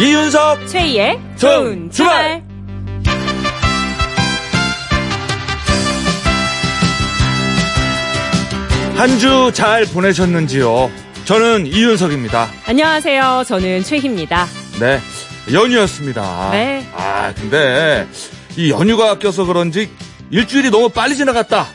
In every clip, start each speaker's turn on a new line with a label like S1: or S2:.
S1: 이윤석
S2: 최희의
S1: 좋은
S2: 좋은
S1: 주말.
S2: 주말.
S1: 한 주 잘 보내셨는지요? 저는 이윤석입니다.
S2: 안녕하세요. 저는 최희입니다.
S1: 네, 연휴였습니다.
S2: 네.
S1: 아, 근데 이 연휴가 껴서 그런지 일주일이 너무 빨리 지나갔다.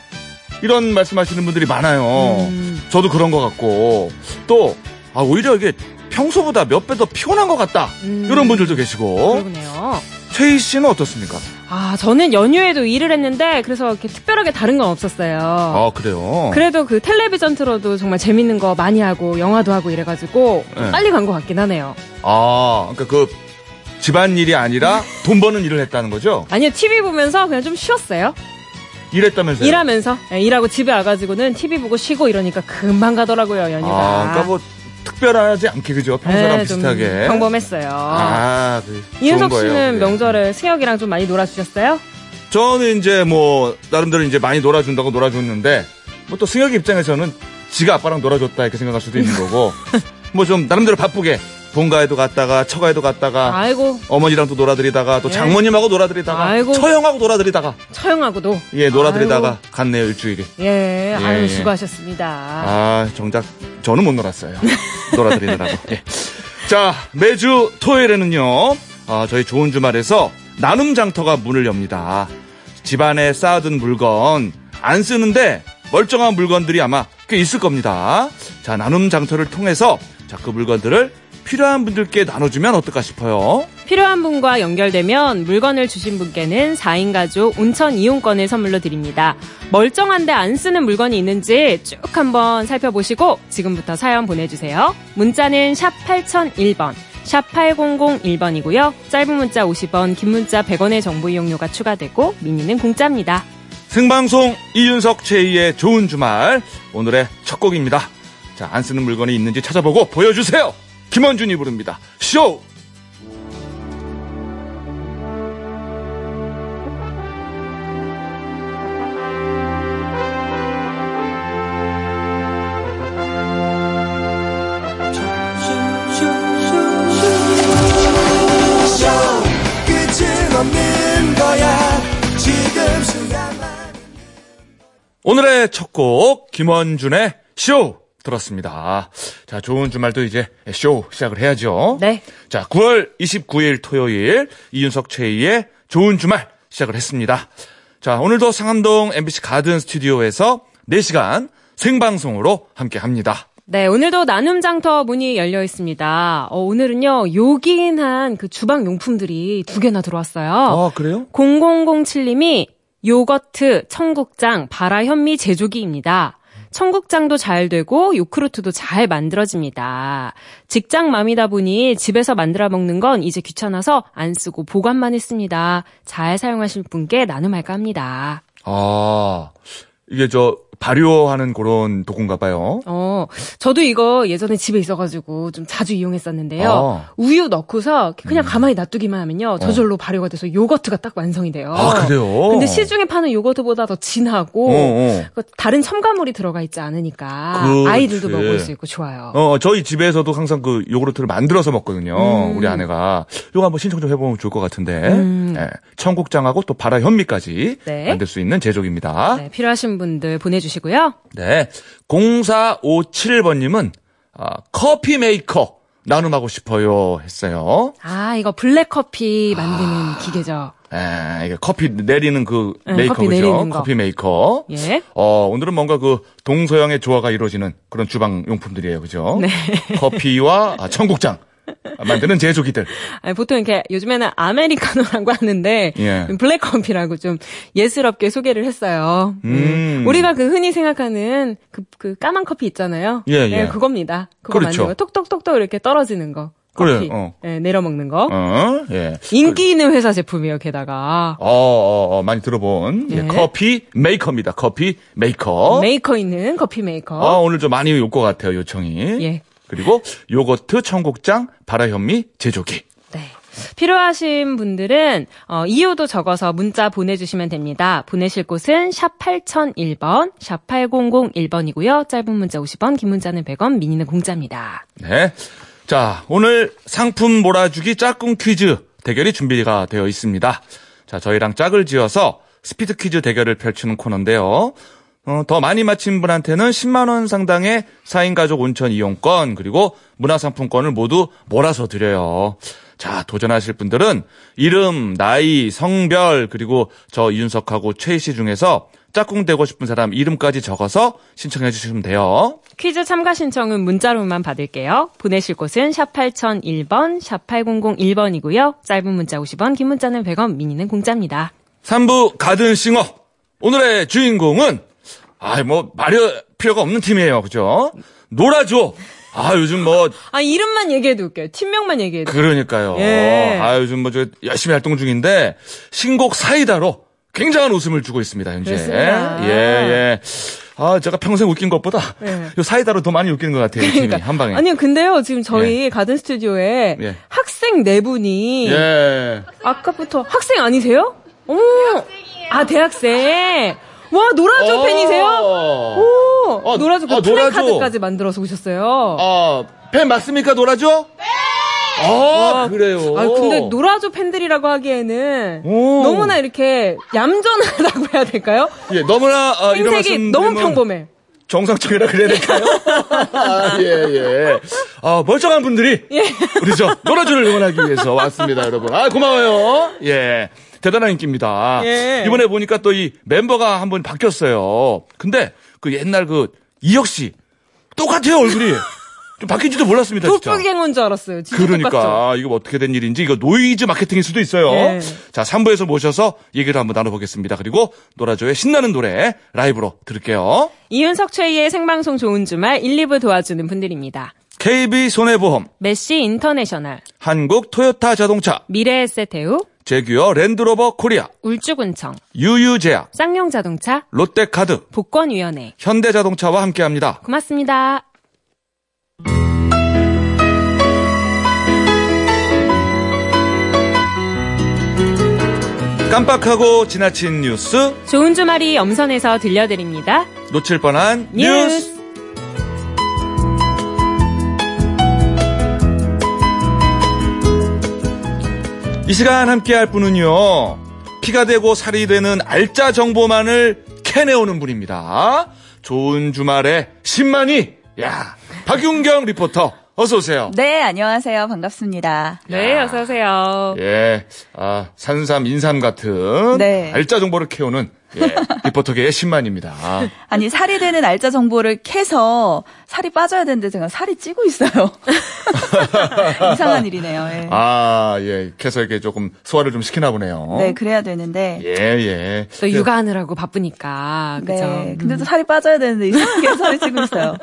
S1: 이런 말씀하시는 분들이 많아요.
S2: 음.
S1: 저도 그런 것 같고 또 아, 오히려 이게 평소보다 몇 배 더 피곤한 것 같다.
S2: 음.
S1: 이런 분들도 어? 계시고
S2: 그러네요.
S1: 최희 씨는 어떻습니까?
S2: 아, 저는 연휴에도 일을 했는데 그래서 이렇게 특별하게 다른 건 없었어요.
S1: 아, 그래요.
S2: 그래도 그 텔레비전 틀어도 정말 재밌는 거 많이 하고 영화도 하고 이래가지고
S1: 네.
S2: 빨리 간 것 같긴 하네요.
S1: 아, 그러니까 그 집안 일이 아니라 돈 버는 일을 했다는 거죠?
S2: 아니요, TV 보면서 그냥 좀 쉬었어요.
S1: 일했다면서요?
S2: 일하면서 예, 일하고 집에 와가지고는 TV 보고 쉬고 이러니까 금방 가더라고요 연휴가.
S1: 아, 그러니까 뭐 특별하지 않게 그죠? 평소랑
S2: 예, 좀
S1: 비슷하게.
S2: 평범했어요.
S1: 아, 그, 좋은
S2: 이윤석
S1: 거예요,
S2: 씨는
S1: 그게.
S2: 명절에 승혁이랑 좀 많이 놀아주셨어요?
S1: 저는 이제 뭐 나름대로 이제 많이 놀아준다고 놀아줬는데 뭐 또 승혁이 입장에서는 지가 아빠랑 놀아줬다 이렇게 생각할 수도 있는 거고 뭐 좀 나름대로 바쁘게 본가에도 갔다가 처가에도 갔다가
S2: 아이고
S1: 어머니랑 또 놀아드리다가 또
S2: 예.
S1: 장모님하고 놀아드리다가
S2: 아이고.
S1: 처형하고 놀아드리다가
S2: 처형하고도
S1: 예 놀아드리다가 갔네요 일주일이.
S2: 예,
S1: 예, 예.
S2: 아유 수고하셨습니다.
S1: 아, 정작 저는 못 놀았어요. 놀아드리느라고. 예. 자, 매주 토요일에는요, 아, 저희 좋은 주말에서 나눔 장터가 문을 엽니다. 집안에 쌓아둔 물건, 안 쓰는데 멀쩡한 물건들이 아마 꽤 있을 겁니다. 자, 나눔 장터를 통해서 자, 그 물건들을 필요한 분들께 나눠주면 어떨까 싶어요.
S2: 필요한 분과 연결되면 물건을 주신 분께는 4인 가족 온천 이용권을 선물로 드립니다. 멀쩡한데 안 쓰는 물건이 있는지 쭉 한번 살펴보시고 지금부터 사연 보내주세요. 문자는 샵 8001번, 샵 8001번이고요. 짧은 문자 50원, 긴 문자 100원의 정보 이용료가 추가되고 미니는 공짜입니다.
S1: 생방송 이윤석 최희의 좋은 주말 오늘의 첫 곡입니다. 자, 안 쓰는 물건이 있는지 찾아보고 보여주세요. 김원준이 부릅니다. 쇼!
S3: 끝은 없는 거야 지금 순간만
S1: 오늘의 첫 곡 김원준의 쇼 들었습니다. 자, 좋은 주말도 이제 쇼 시작을 해야죠.
S2: 네.
S1: 자, 9월 29일 토요일 이윤석 최희의 좋은 주말 시작을 했습니다. 자, 오늘도 상암동 MBC 가든 스튜디오에서 4시간 생방송으로 함께 합니다.
S2: 네, 오늘도 나눔 장터 문이 열려 있습니다. 어, 오늘은요, 요긴한 그 주방 용품들이 두 개나 들어왔어요.
S1: 아, 그래요?
S2: 0007님이 요거트, 청국장, 바라 현미 제조기입니다. 청국장도 잘 되고 요크루트도 잘 만들어집니다. 직장 맘이다 보니 집에서 만들어 먹는 건 이제 귀찮아서 안 쓰고 보관만 했습니다. 잘 사용하실 분께 나눔할까 합니다.
S1: 아, 이게 저 발효하는 그런 도구인가 봐요.
S2: 어, 저도 이거 예전에 집에 있어가지고 좀 자주 이용했었는데요.
S1: 아.
S2: 우유 넣고서 그냥
S1: 음.
S2: 가만히 놔두기만 하면요. 저절로 발효가 돼서 요거트가 딱 완성이 돼요.
S1: 어. 아, 그래요?
S2: 근데 시중에 파는 요거트보다 더 진하고,
S1: 어, 어.
S2: 그 다른 첨가물이 들어가 있지 않으니까
S1: 그렇지.
S2: 아이들도 먹을 수 있고 좋아요.
S1: 어, 저희 집에서도 항상 그 요구르트를 만들어서 먹거든요.
S2: 음.
S1: 우리 아내가. 요거 한번 신청 좀 해보면 좋을 것 같은데.
S2: 음.
S1: 예, 청국장하고 또 바라 현미까지
S2: 네.
S1: 만들 수 있는 제조기입니다.
S2: 네, 필요하신 분들 보내주시고요.
S1: 네. 0457번님은 아, 커피 메이커 나눔하고 싶어요 했어요.
S2: 아, 이거 블랙커피 만드는 기계죠.
S1: 에, 예, 이게 커피 내리는 그
S2: 네,
S1: 메이커
S2: 커피
S1: 그죠?
S2: 내리는 거.
S1: 커피 메이커.
S2: 예.
S1: 어, 오늘은 뭔가 그 동서양의 조화가 이루어지는 그런 주방 용품들이에요. 그죠? 커피와 아, 청국장 아, 만드는 제조기들.
S2: 아니, 보통 이렇게 요즘에는 아메리카노라고 하는데
S1: 예.
S2: 블랙커피라고 좀 예스럽게 소개를 했어요.
S1: 음.
S2: 우리가 그 흔히 생각하는 그, 그 까만 커피 있잖아요.
S1: 예, 예.
S2: 네, 그겁니다. 그거
S1: 그렇죠.
S2: 만든 거 톡톡톡톡 이렇게 떨어지는 거.
S1: 그래요,
S2: 커피.
S1: 어.
S2: 예, 내려 먹는 거.
S1: 어, 예.
S2: 인기 있는 회사 제품이에요, 게다가.
S1: 어, 어, 어, 많이 들어본. 예,
S2: 네.
S1: 커피 메이커입니다. 커피 메이커.
S2: 메이커 있는 커피 메이커.
S1: 아, 오늘 좀 많이 올 것 같아요, 요청이.
S2: 예.
S1: 그리고 요거트, 청국장, 바라현미, 제조기.
S2: 네. 필요하신 분들은 어, 이유도 적어서 문자 보내주시면 됩니다. 보내실 곳은 샵 8001번, 샵 8001번이고요. 짧은 문자 50원, 긴 문자는 100원, 미니는 공짜입니다.
S1: 네. 자, 오늘 상품 몰아주기 짝꿍 퀴즈 대결이 준비가 되어 있습니다. 자, 저희랑 짝을 지어서 스피드 퀴즈 대결을 펼치는 코너인데요. 어, 더 많이 맞힌 분한테는 10만원 상당의 4인 가족 온천 이용권, 그리고 문화상품권을 모두 몰아서 드려요. 자, 도전하실 분들은 이름, 나이, 성별, 그리고 저 이윤석하고 최희 씨 중에서 짝꿍 되고 싶은 사람 이름까지 적어서 신청해 주시면 돼요.
S2: 퀴즈 참가 신청은 문자로만 받을게요. 보내실 곳은 샵 8001번, 샵 8001번이고요. 짧은 문자 50원, 긴 문자는 100원, 미니는 공짜입니다.
S1: 3부 가든싱어. 오늘의 주인공은, 아, 뭐, 말할 필요가 없는 팀이에요. 그죠? 놀아줘. 아, 요즘 뭐,
S2: 아, 이름만 얘기해도 웃겨요. 팀명만 얘기해도.
S1: 그러니까요.
S2: 예.
S1: 아, 요즘 뭐, 저 열심히 활동 중인데, 신곡 사이다로 굉장한 웃음을 주고 있습니다, 현재.
S2: 그렇습니다.
S1: 예, 예. 아, 제가 평생 웃긴 것보다,
S2: 예.
S1: 요 사이다로 더 많이 웃기는 것 같아요, 이 팀이. 한 방에.
S2: 아니요, 근데요, 지금 저희 가든 스튜디오에
S1: 예.
S2: 학생 네 분이
S1: 예.
S2: 아까부터 학생 아니세요? 오, 아 대학생. 와 놀아줘
S1: 어.
S2: 팬이세요? 오,
S1: 어,
S2: 놀아줘 그
S1: 아,
S2: 플랜
S1: 놀아줘.
S2: 카드까지 만들어서 오셨어요.
S1: 아, 팬 맞습니까, 놀아줘? 네! 아, 그래요.
S2: 아 근데 놀아줘 팬들이라고 하기에는
S1: 오.
S2: 너무나 이렇게 얌전하다고 해야 될까요?
S1: 예, 너무나 아, 이런
S2: 생색이
S1: 말씀
S2: 너무
S1: 드리면
S2: 평범해.
S1: 정상적이라 그래야 될까요? 아, 예, 예. 아, 멀쩡한 분들이
S2: 예.
S1: 우리 저 놀아주를 응원하기 위해서 왔습니다, 여러분. 아, 고마워요. 예. 대단한 인기입니다.
S2: 예.
S1: 이번에 보니까 또 이 멤버가 한 번 바뀌었어요. 근데 그 옛날 그 이혁 씨 똑같아요, 얼굴이. 좀 바뀐지도 몰랐습니다, 진짜.
S2: 돌풀갱어인 줄 알았어요. 진짜 똑같죠.
S1: 그러니까 이거 어떻게 된 일인지 이거 노이즈 마케팅일 수도 있어요.
S2: 예.
S1: 자, 3부에서 모셔서 얘기를 한번 나눠보겠습니다. 그리고 노라조의 신나는 노래 라이브로 들을게요.
S2: 이윤석 최희의 생방송 좋은 주말 1, 2부 도와주는 분들입니다.
S1: KB 손해보험,
S2: 메시 인터내셔널,
S1: 한국 토요타 자동차,
S2: 미래에셋태우
S1: 제규어 랜드로버 코리아,
S2: 울주군청,
S1: 유유제약,
S2: 쌍용자동차,
S1: 롯데카드,
S2: 복권위원회.
S1: 현대자동차와 함께합니다.
S2: 고맙습니다.
S1: 깜빡하고 지나친 뉴스,
S2: 좋은 주말이 엄선해서 들려드립니다.
S1: 놓칠 뻔한 뉴스.
S2: 뉴스.
S1: 이 시간 함께할 분은요. 피가 되고 살이 되는 알짜 정보만을 캐내오는 분입니다. 좋은 주말에 10만이. 야, 박윤경 리포터 어서 오세요.
S4: 네, 안녕하세요. 반갑습니다.
S2: 네, 어서 오세요.
S1: 예, 아 산삼 인삼 같은
S4: 네.
S1: 알짜 정보를 캐오는 예, 리포터계의 10만입니다.
S4: 아니, 살이 되는 알짜 정보를 캐서 살이 빠져야 되는데 제가 살이 찌고 있어요. 이상한 일이네요. 예.
S1: 아, 예, 캐서 이렇게 조금 소화를 좀 시키나 보네요.
S4: 네, 그래야 되는데.
S1: 어? 예, 예.
S2: 또 육아하느라고 바쁘니까 그죠? 음.
S4: 네, 근데 또 살이 빠져야 되는데 이상하게 살이 찌고 있어요.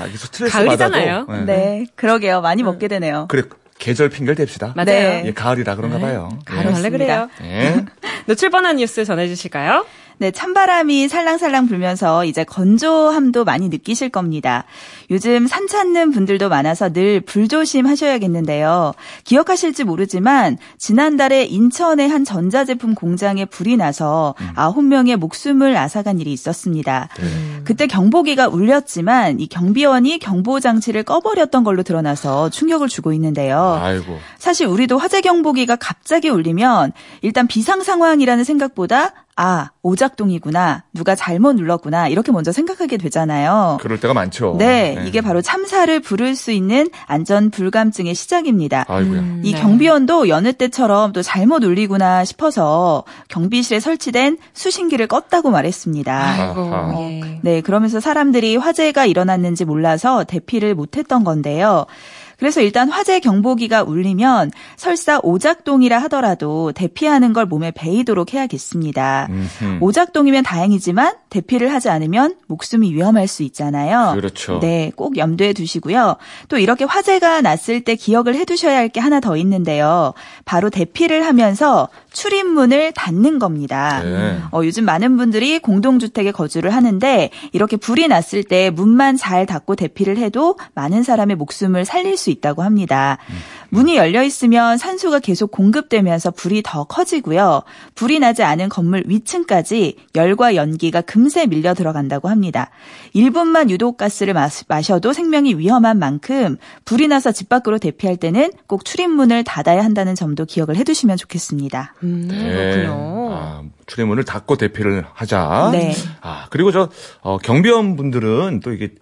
S1: 아, 이게 스트레스
S2: 가을이잖아요.
S1: 받아도. 예.
S4: 네, 그러게요. 많이 먹게 되네요.
S1: 그래, 계절 핑계를 댑시다.
S2: 맞아요.
S4: 네.
S1: 예, 가을이라 그런가 봐요.
S2: 가을 원래 그래요.
S1: 예. 예.
S2: 놓칠 뻔한 뉴스 전해주실까요?
S4: 네, 찬바람이 살랑살랑 불면서 이제 건조함도 많이 느끼실 겁니다. 요즘 산 찾는 분들도 많아서 늘 불조심하셔야겠는데요. 기억하실지 모르지만 지난달에 인천의 한 전자제품 공장에 불이 나서 아홉 명의 목숨을 앗아간 일이 있었습니다. 그때 경보기가 울렸지만 이 경비원이 경보 장치를 꺼버렸던 걸로 드러나서 충격을 주고
S2: 어.
S4: 있는데요.
S1: 아이고.
S4: 사실 우리도 화재 경보기가 갑자기 울리면 일단 비상 상황이라는 생각보다 아, 오작동이구나. 누가 잘못 눌렀구나. 이렇게 먼저 생각하게 되잖아요.
S1: 그럴 때가 많죠.
S4: 네,
S1: 예.
S4: 이게 바로 참사를 부를 수 있는 안전 불감증의 시작입니다.
S1: 아이고야.
S4: 이
S2: 네.
S4: 경비원도 여느 때처럼 또 잘못 울리구나 싶어서 경비실에 설치된 수신기를 껐다고 말했습니다.
S2: 아이고,
S1: 아하.
S2: 예.
S4: 네, 그러면서 사람들이 화재가 일어났는지 몰라서 대피를 못했던 건데요. 그래서 일단 화재 경보기가 울리면 설사 오작동이라 하더라도 대피하는 걸 몸에 배이도록 해야겠습니다.
S1: 음흠.
S4: 오작동이면 다행이지만 대피를 하지 않으면 목숨이 위험할 수 있잖아요.
S1: 그렇죠.
S4: 네, 꼭 염두에 두시고요. 또 이렇게 화재가 났을 때 기억을 해두셔야 할 게 하나 더 있는데요. 바로 대피를 하면서 출입문을 닫는 겁니다.
S1: 네.
S4: 어, 요즘 많은 분들이 공동주택에 거주를 하는데 이렇게 불이 났을 때 문만 잘 닫고 대피를 해도 많은 사람의 목숨을 살릴 수 있다고 합니다. 문이 열려 있으면 산소가 계속 공급되면서 불이 더 커지고요. 불이 나지 않은 건물 위층까지 열과 연기가 금세 밀려 들어간다고 합니다. 1분만 유독가스를 마시- 마셔도 생명이 위험한 만큼 불이 나서 집 밖으로 대피할 때는 꼭 출입문을 닫아야 한다는 점도 기억을 해두시면 좋겠습니다.
S2: 음, 그렇군요.
S1: 예. 아, 출입문을 닫고 대피를 하자.
S4: 네.
S1: 아, 그리고 저, 어, 경비원 분들은 또 이게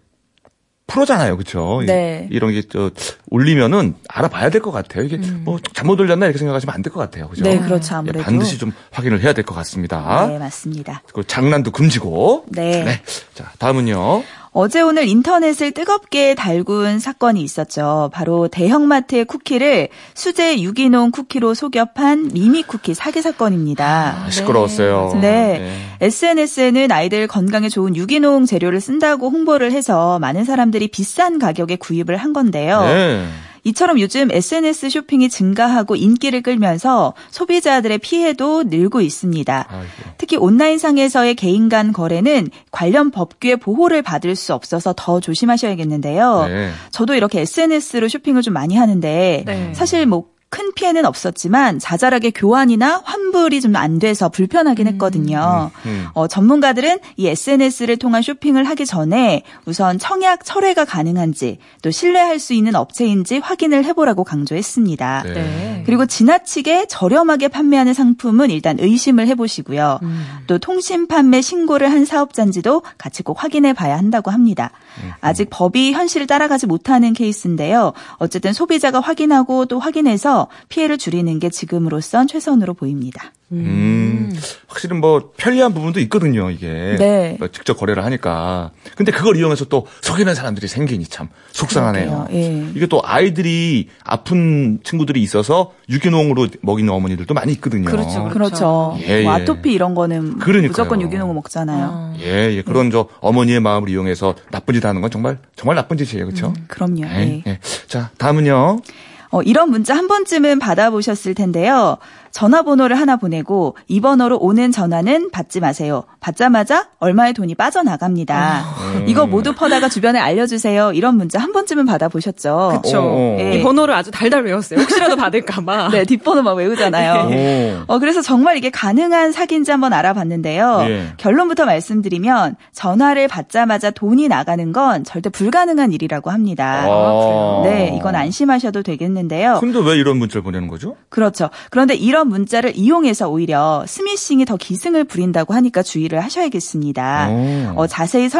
S1: 프로잖아요. 그쵸?
S4: 네.
S1: 이- 이런 게, 저, 올리면은 알아봐야 될 것 같아요. 이게 뭐 잘못 올렸나 이렇게 생각하시면 안 될 것 같아요. 그죠?
S4: 음. 네, 그렇죠.
S1: 예,
S4: 아무래도.
S1: 반드시 좀 확인을 해야 될 것 같습니다.
S4: 네, 맞습니다.
S1: 그 장난도 금지고.
S4: 네. 아,
S1: 자, 다음은요.
S4: 어제 오늘 인터넷을 뜨겁게 달군 사건이 있었죠. 바로 대형마트의 쿠키를 수제 유기농 쿠키로 속여 판 미니 쿠키 사기 사건입니다.
S1: 아, 시끄러웠어요.
S4: 네. SNS에는 아이들 건강에 좋은 유기농 재료를 쓴다고 홍보를 해서 많은 사람들이 비싼 가격에 구입을 한 건데요.
S1: 네.
S4: 이처럼 요즘 SNS 쇼핑이 증가하고 인기를 끌면서 소비자들의 피해도 늘고 있습니다.
S1: 아이고.
S4: 특히 온라인상에서의 개인 간 거래는 관련 법규의 보호를 받을 수 없어서 더 조심하셔야겠는데요.
S1: 네.
S4: 저도 이렇게 SNS로 쇼핑을 좀 많이 하는데
S2: 네.
S4: 사실 뭐 큰 피해는 없었지만 자잘하게 교환이나 환불이 좀 안 돼서 불편하긴 했거든요.
S1: 음.
S4: 어, 전문가들은 이 SNS를 통한 쇼핑을 하기 전에 우선 청약 철회가 가능한지 또 신뢰할 수 있는 업체인지 확인을 해보라고 강조했습니다.
S1: 네.
S2: 네.
S4: 그리고 지나치게 저렴하게 판매하는 상품은 일단 의심을 해보시고요.
S2: 음.
S4: 또 통신 판매 신고를 한 사업자인지도 같이 꼭 확인해 봐야 한다고 합니다.
S1: 음.
S4: 아직 법이 현실을 따라가지 못하는 케이스인데요. 어쨌든 소비자가 확인하고 또 확인해서 피해를 줄이는 게 지금으로선 최선으로 보입니다.
S1: 음. 확실히 뭐 편리한 부분도 있거든요, 이게.
S4: 네.
S1: 뭐 직접 거래를 하니까. 근데 그걸 이용해서 또 속이는 사람들이 생기니 참 속상하네요.
S4: 그러게요, 예.
S1: 이게 또 아이들이 아픈 친구들이 있어서 유기농으로 먹이는 어머니들도 많이 있거든요.
S2: 그렇죠, 그렇죠.
S1: 예, 예.
S4: 뭐 아토피 이런 거는
S1: 그러니까요.
S4: 무조건 유기농을 먹잖아요.
S1: 예, 예. 그런 저 어머니의 마음을 이용해서 나쁜 짓 하는 건 정말 정말 나쁜 짓이에요. 그렇죠?
S4: 그럼요. 예.
S1: 예. 예. 자, 다음은요.
S4: 어, 이런 문자 한 번쯤은 받아보셨을 텐데요. 전화번호를 하나 보내고 이 번호로 오는 전화는 받지 마세요. 받자마자 얼마의 돈이 빠져나갑니다.
S1: 음.
S4: 이거 모두 퍼다가 주변에 알려주세요. 이런 문자 한 번쯤은 받아보셨죠.
S1: 그쵸. 어, 어.
S4: 예.
S2: 그렇죠. 이 번호를 아주 달달 외웠어요. 혹시라도 받을까봐.
S4: 네, 뒷번호 막 외우잖아요.
S1: 오.
S4: 어, 그래서 정말 이게 가능한 사기인지 한번 알아봤는데요.
S1: 예.
S4: 결론부터 말씀드리면 전화를 받자마자 돈이 나가는 건 절대 불가능한 일이라고 합니다.
S1: 아,
S4: 네, 이건 안심하셔도 되겠는데요.
S1: 근데 왜 이런 문자를 보내는 거죠?
S4: 그렇죠. 그런데 이런 문자를 이용해서 오히려 스미싱이 더 기승을 부린다고 하니까 주의를 하셔야겠습니다.
S1: 오.
S4: 어, 자세히 설